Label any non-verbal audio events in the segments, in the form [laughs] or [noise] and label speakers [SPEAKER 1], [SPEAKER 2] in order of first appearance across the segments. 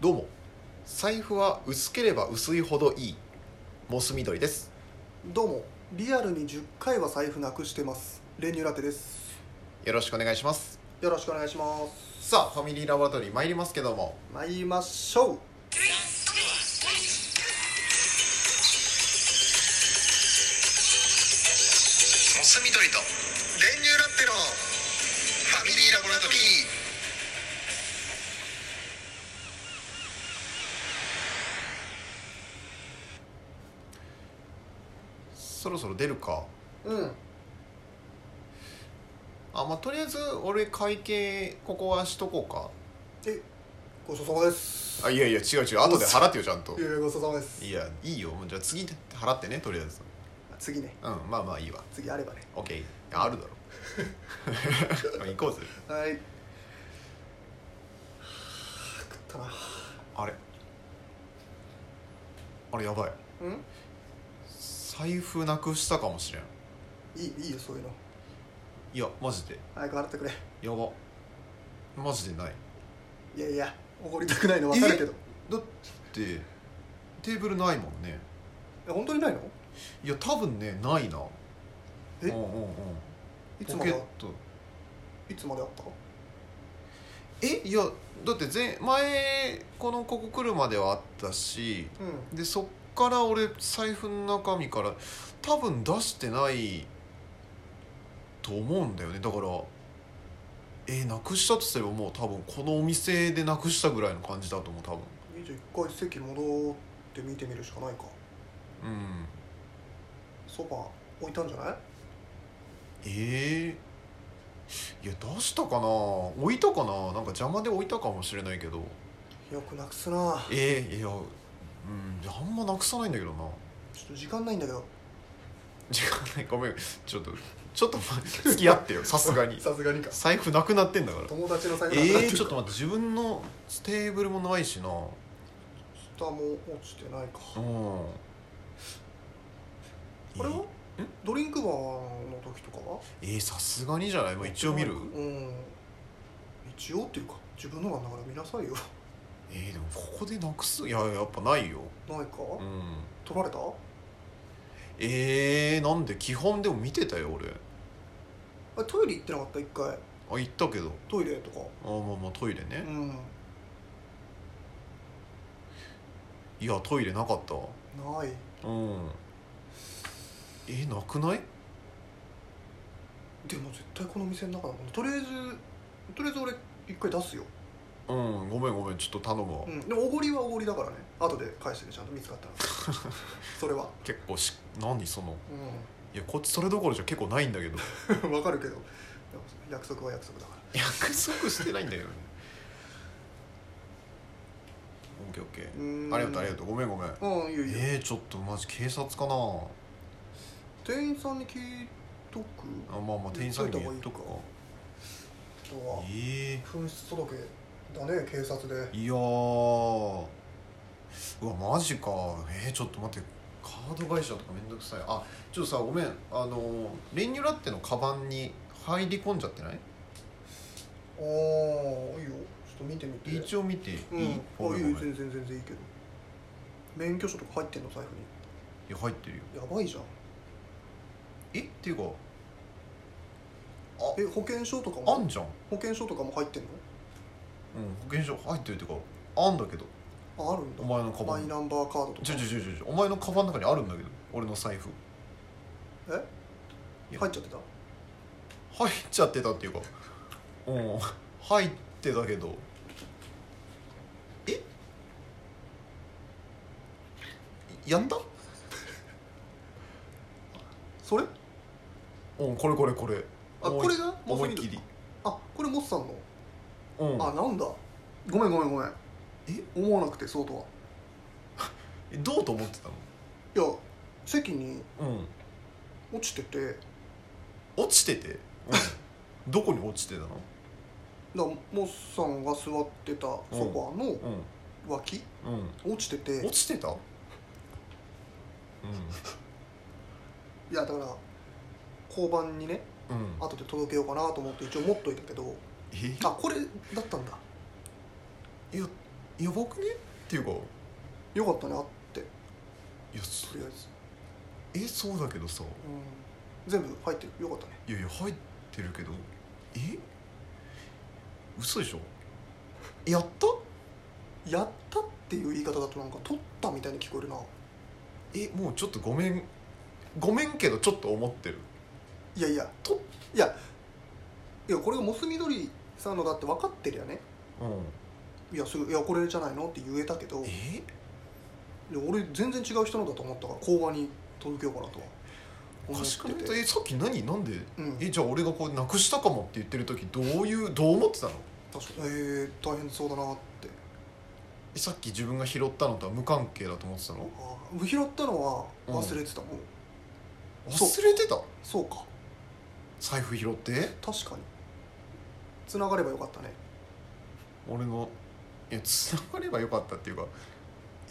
[SPEAKER 1] どうも財布は薄ければ薄いほどいいモス緑です
[SPEAKER 2] どうもリアルに10回は財布なくしてます練乳ラテです
[SPEAKER 1] よろしくお願いします
[SPEAKER 2] よろしくお願いします
[SPEAKER 1] さあファミリーラボラトリー参りますけども
[SPEAKER 2] 参りましょう
[SPEAKER 1] モス緑と電流ラッテのファミリーラボラトリーそろそろ出るか
[SPEAKER 2] うん
[SPEAKER 1] あまあとりあえず俺会計ここはしとこうか
[SPEAKER 2] えごちそうさまです
[SPEAKER 1] あいやいや違う違う後で払ってよちゃんと
[SPEAKER 2] いやいやごちそうさまです
[SPEAKER 1] いやいいよもうじゃあ次払ってねとりあえず
[SPEAKER 2] 次ね
[SPEAKER 1] うんまあまあいいわ
[SPEAKER 2] 次あればね
[SPEAKER 1] OK あるだろ [laughs] 行こうぜ
[SPEAKER 2] はいはあ食ったな
[SPEAKER 1] あれあれやばい
[SPEAKER 2] うん
[SPEAKER 1] 財布なくしたかもしれん
[SPEAKER 2] いいいいよそういうの
[SPEAKER 1] いやマジで
[SPEAKER 2] 早く払ってくれ
[SPEAKER 1] やばマジでない
[SPEAKER 2] いやいや怒りたくないの分かるけど
[SPEAKER 1] だってテーブルないもんね
[SPEAKER 2] え本当にないの
[SPEAKER 1] いや多分ねないな
[SPEAKER 2] え
[SPEAKER 1] うんうんうん
[SPEAKER 2] いつ
[SPEAKER 1] ポ
[SPEAKER 2] ま
[SPEAKER 1] ケ
[SPEAKER 2] で
[SPEAKER 1] ット
[SPEAKER 2] いつまであっ
[SPEAKER 1] えいやだって前前このここ来るまではあったした
[SPEAKER 2] うん
[SPEAKER 1] でそっから俺財布の中身から多分出してないと思うんだよねだからえーなくしたとすればもう多分このお店でなくしたぐらいの感じだと思う多分
[SPEAKER 2] じゃあ一回席戻って見てみるしかないか
[SPEAKER 1] うん
[SPEAKER 2] ソファー置いたんじゃない
[SPEAKER 1] えー、いや出したかな置いたかななんか邪魔で置いたかもしれないけど
[SPEAKER 2] よくなくすな
[SPEAKER 1] えー、いやうんあんまなくさないんだけどな [laughs]
[SPEAKER 2] ちょっと時間ないんだけど
[SPEAKER 1] 時間ないごめんちょっとちょっとま付き合ってよさすがに
[SPEAKER 2] さすがにか
[SPEAKER 1] 財布なくなってんだから
[SPEAKER 2] 友達の財布なくな
[SPEAKER 1] え
[SPEAKER 2] て
[SPEAKER 1] ー、
[SPEAKER 2] る
[SPEAKER 1] ちょっ
[SPEAKER 2] か
[SPEAKER 1] と待って自分のテーブルもないしなう
[SPEAKER 2] 下も落ちてないか
[SPEAKER 1] ん
[SPEAKER 2] あれは
[SPEAKER 1] えん
[SPEAKER 2] ドリンクバーの時とかは
[SPEAKER 1] えー、さすがにじゃない、まあ、一応見る
[SPEAKER 2] うん一応っていうか自分のなんだから見なさいよ [laughs]
[SPEAKER 1] えー、でもここでなくすいややっぱないよ
[SPEAKER 2] ないか、
[SPEAKER 1] うん
[SPEAKER 2] 取られた
[SPEAKER 1] えー、なんで基本でも見てたよ俺
[SPEAKER 2] あトイレ行ってなかった一回
[SPEAKER 1] あ行ったけど
[SPEAKER 2] トイレとか
[SPEAKER 1] あまあまあトイレね
[SPEAKER 2] う、んない
[SPEAKER 1] やトイレなかったわ
[SPEAKER 2] い
[SPEAKER 1] うんえー、なくない
[SPEAKER 2] でも絶対この店の中だもんとりあえずとりあえず俺一回出すよ、
[SPEAKER 1] うんごめんごめんちょっと頼むわ、
[SPEAKER 2] うん、でもおごりはおごりだからね後で返してねちゃんと見つかったら
[SPEAKER 1] [laughs]
[SPEAKER 2] それは
[SPEAKER 1] 結構し何その
[SPEAKER 2] う
[SPEAKER 1] いやこっちそれどころじゃ結構ないんだけど
[SPEAKER 2] ん [laughs] わかるけどでも約束は約束だから
[SPEAKER 1] 約束してないんだよねオッケーオッケーありがとうありが
[SPEAKER 2] と
[SPEAKER 1] とうごめんごめん
[SPEAKER 2] ううんいいよいいよ、
[SPEAKER 1] えー、ちょっとマジ警察かな
[SPEAKER 2] 店員さんに聞いとく
[SPEAKER 1] あまあまあ店員さんにも言っとくか
[SPEAKER 2] あとは
[SPEAKER 1] え
[SPEAKER 2] 紛失届だね警察で
[SPEAKER 1] ー、いやーうわマジかえー、ちょっと待ってカード会社とかめんどくさいあちょっとさごめんあの練乳ラッテのカバンに入り込んじゃってない
[SPEAKER 2] ああいいよちょっと見てみて
[SPEAKER 1] 一応見ていい、
[SPEAKER 2] うんあいい
[SPEAKER 1] ごめんごめん
[SPEAKER 2] よ全然全然いいけど免許証とか入ってんの財布に
[SPEAKER 1] いや入ってるよ
[SPEAKER 2] やばいじゃん
[SPEAKER 1] えっていうか
[SPEAKER 2] え保険証とか
[SPEAKER 1] あ
[SPEAKER 2] も
[SPEAKER 1] んじゃん
[SPEAKER 2] 保険証とかも入ってんの
[SPEAKER 1] うん、保険証入ってるっていうかあんだけど
[SPEAKER 2] ああるんだ
[SPEAKER 1] お前のカバ
[SPEAKER 2] マ
[SPEAKER 1] ン
[SPEAKER 2] イ
[SPEAKER 1] に
[SPEAKER 2] ナンバーカードとか
[SPEAKER 1] ちょちょちょちょちょお前のカバンの中にあるんだけど俺の財布
[SPEAKER 2] え入っちゃってた
[SPEAKER 1] 入っちゃってたっていうかうん入ってたけどえやんだ
[SPEAKER 2] それ
[SPEAKER 1] うんこれこれこれ
[SPEAKER 2] あこれが
[SPEAKER 1] 思いっきり
[SPEAKER 2] あこれモスさんの
[SPEAKER 1] うん
[SPEAKER 2] あなんだごめんごめんごめん
[SPEAKER 1] え
[SPEAKER 2] 思わなくてそうとは
[SPEAKER 1] えどうと思ってた
[SPEAKER 2] いや席に
[SPEAKER 1] のうん
[SPEAKER 2] 落ちてて
[SPEAKER 1] 落ちてて、うん、どこに落ちてたの
[SPEAKER 2] だからモスさんが座ってたソファーの
[SPEAKER 1] う
[SPEAKER 2] 脇、
[SPEAKER 1] んうん
[SPEAKER 2] 落ちてて
[SPEAKER 1] 落ちてたうん
[SPEAKER 2] いやだから交番にね
[SPEAKER 1] うん
[SPEAKER 2] 後で届けようかなと思って一応持っといたけど
[SPEAKER 1] え
[SPEAKER 2] あこれだったんだ
[SPEAKER 1] いややばくねっていうかい
[SPEAKER 2] よかったねあってと
[SPEAKER 1] やそ
[SPEAKER 2] りあえず、
[SPEAKER 1] えそうだけどさ
[SPEAKER 2] うん、全部入ってるよかったね
[SPEAKER 1] いやいや入ってるけどえ嘘でしょやった
[SPEAKER 2] やったっていう言い方だとなんか取ったみたいに聞こえるな
[SPEAKER 1] えもうちょっとごめんごめんけどちょっと思ってる
[SPEAKER 2] いやいや
[SPEAKER 1] と
[SPEAKER 2] いやいやこれがモス緑さんのだって分かってるやね
[SPEAKER 1] うん
[SPEAKER 2] いやそれいやこれじゃないのって言えたけどで
[SPEAKER 1] え
[SPEAKER 2] 俺全然違う人のだと思ったから講話に届けようかなとは
[SPEAKER 1] お
[SPEAKER 2] 思
[SPEAKER 1] かしくな
[SPEAKER 2] っ
[SPEAKER 1] い
[SPEAKER 2] てて、
[SPEAKER 1] えさっき何なんで
[SPEAKER 2] うん、
[SPEAKER 1] えじゃあ俺がこうなくしたかもって言ってる時どういうどう思ってたの
[SPEAKER 2] 確かにえー、大変そうだなって
[SPEAKER 1] えさっき自分が拾ったのとは無関係だと思ってたの
[SPEAKER 2] あー拾ったのは
[SPEAKER 1] うん
[SPEAKER 2] 忘れてたもん、そう
[SPEAKER 1] 忘れてた
[SPEAKER 2] そうか
[SPEAKER 1] 財布拾って
[SPEAKER 2] 確かに繋がればよかったね
[SPEAKER 1] 俺のいやつながればよかったっていうか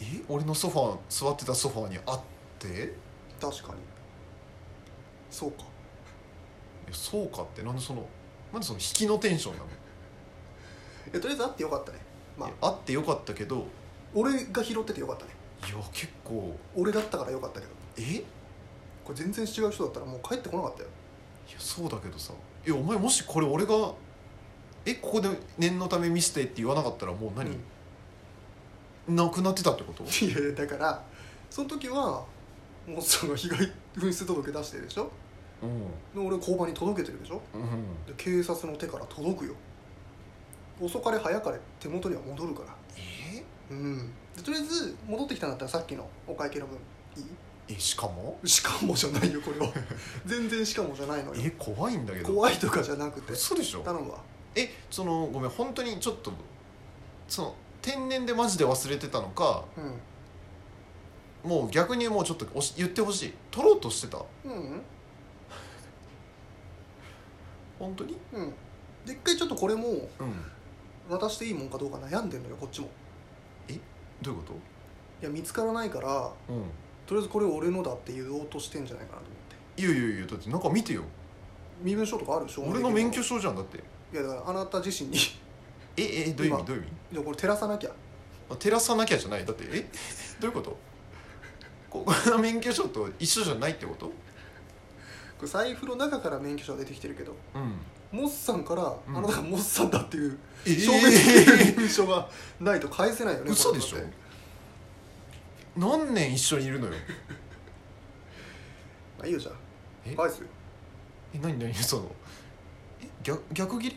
[SPEAKER 1] え俺のソファー座ってたソファーにあっていや
[SPEAKER 2] 確かにそうか
[SPEAKER 1] そうかってなんでそのなんでその引きのテンションなの、
[SPEAKER 2] えとりあえずあってよかったねまあ
[SPEAKER 1] いやあってよかったけどい
[SPEAKER 2] 俺が拾っててよかったね
[SPEAKER 1] や結構
[SPEAKER 2] 俺だったからよかったけど
[SPEAKER 1] えいや
[SPEAKER 2] これ全然違う人だったらもう帰ってこなかったよ
[SPEAKER 1] そうだけどさいやお前もしこれ俺がえここで念のため見せてって言わなかったらもう何、
[SPEAKER 2] うん [laughs]
[SPEAKER 1] なくなってたってこと
[SPEAKER 2] いやいやだからその時はもうその被害紛失届出してるでしょ
[SPEAKER 1] うん
[SPEAKER 2] で俺交番に届けてるでしょ
[SPEAKER 1] うん
[SPEAKER 2] で警察の手から届くよ遅かれ早かれ手元には戻るから
[SPEAKER 1] え
[SPEAKER 2] うんでとりあえず戻ってきたんだったらさっきのお会計の分い
[SPEAKER 1] えしかも
[SPEAKER 2] いしかもじゃないよこれは
[SPEAKER 1] [laughs]
[SPEAKER 2] 全然しかもじゃないのよ
[SPEAKER 1] え怖いんだけど
[SPEAKER 2] 怖いとかじゃなくて
[SPEAKER 1] 嘘でしょ
[SPEAKER 2] 頼むわ
[SPEAKER 1] えそのごめん本当にちょっとその天然でマジで忘れてたのか
[SPEAKER 2] うん
[SPEAKER 1] もう逆にもうちょっとおし言ってほしい取ろうとしてた
[SPEAKER 2] うん
[SPEAKER 1] 本当に
[SPEAKER 2] うんで一回ちょっとこれも
[SPEAKER 1] うん
[SPEAKER 2] 渡していいもんかどうか悩んでんのよこっちも
[SPEAKER 1] どういうこ
[SPEAKER 2] いや見つからないから
[SPEAKER 1] とうん
[SPEAKER 2] とりあえずこれ俺のだって言おうとしてんじゃないかなと思って
[SPEAKER 1] いやいやいやだってなんか見てよ
[SPEAKER 2] 身分証とかあるでしょ
[SPEAKER 1] 俺の免許証じゃんだって
[SPEAKER 2] いやだからあなた自身に [laughs] い
[SPEAKER 1] ええどういう意味
[SPEAKER 2] 今
[SPEAKER 1] どういう意味
[SPEAKER 2] やこれ照らさなきゃ
[SPEAKER 1] あ照らさなきゃじゃないだってえ [laughs] どういうことここの免許証と一緒じゃないってこと
[SPEAKER 2] これ財布の中から免許証出てきてるけど
[SPEAKER 1] うん
[SPEAKER 2] モッサンから、
[SPEAKER 1] うん
[SPEAKER 2] あなたがモッサンだっていう
[SPEAKER 1] えー
[SPEAKER 2] 証明できる身分証がないと返せないよねこれ
[SPEAKER 1] 嘘でしょ
[SPEAKER 2] だって
[SPEAKER 1] 何年一緒にいるのよ
[SPEAKER 2] まあいいよじゃ
[SPEAKER 1] え
[SPEAKER 2] あ返すよ
[SPEAKER 1] え何何そのえ逆逆切れ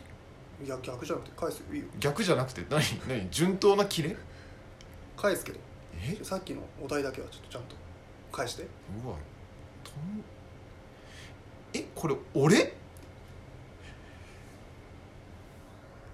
[SPEAKER 2] いや逆じゃなくて返すよいいよ
[SPEAKER 1] 逆じゃなくて何何順当な切れ
[SPEAKER 2] 返すけど
[SPEAKER 1] え
[SPEAKER 2] さっきのお題だけはちょっとちゃんと返して
[SPEAKER 1] うわとんえこれ俺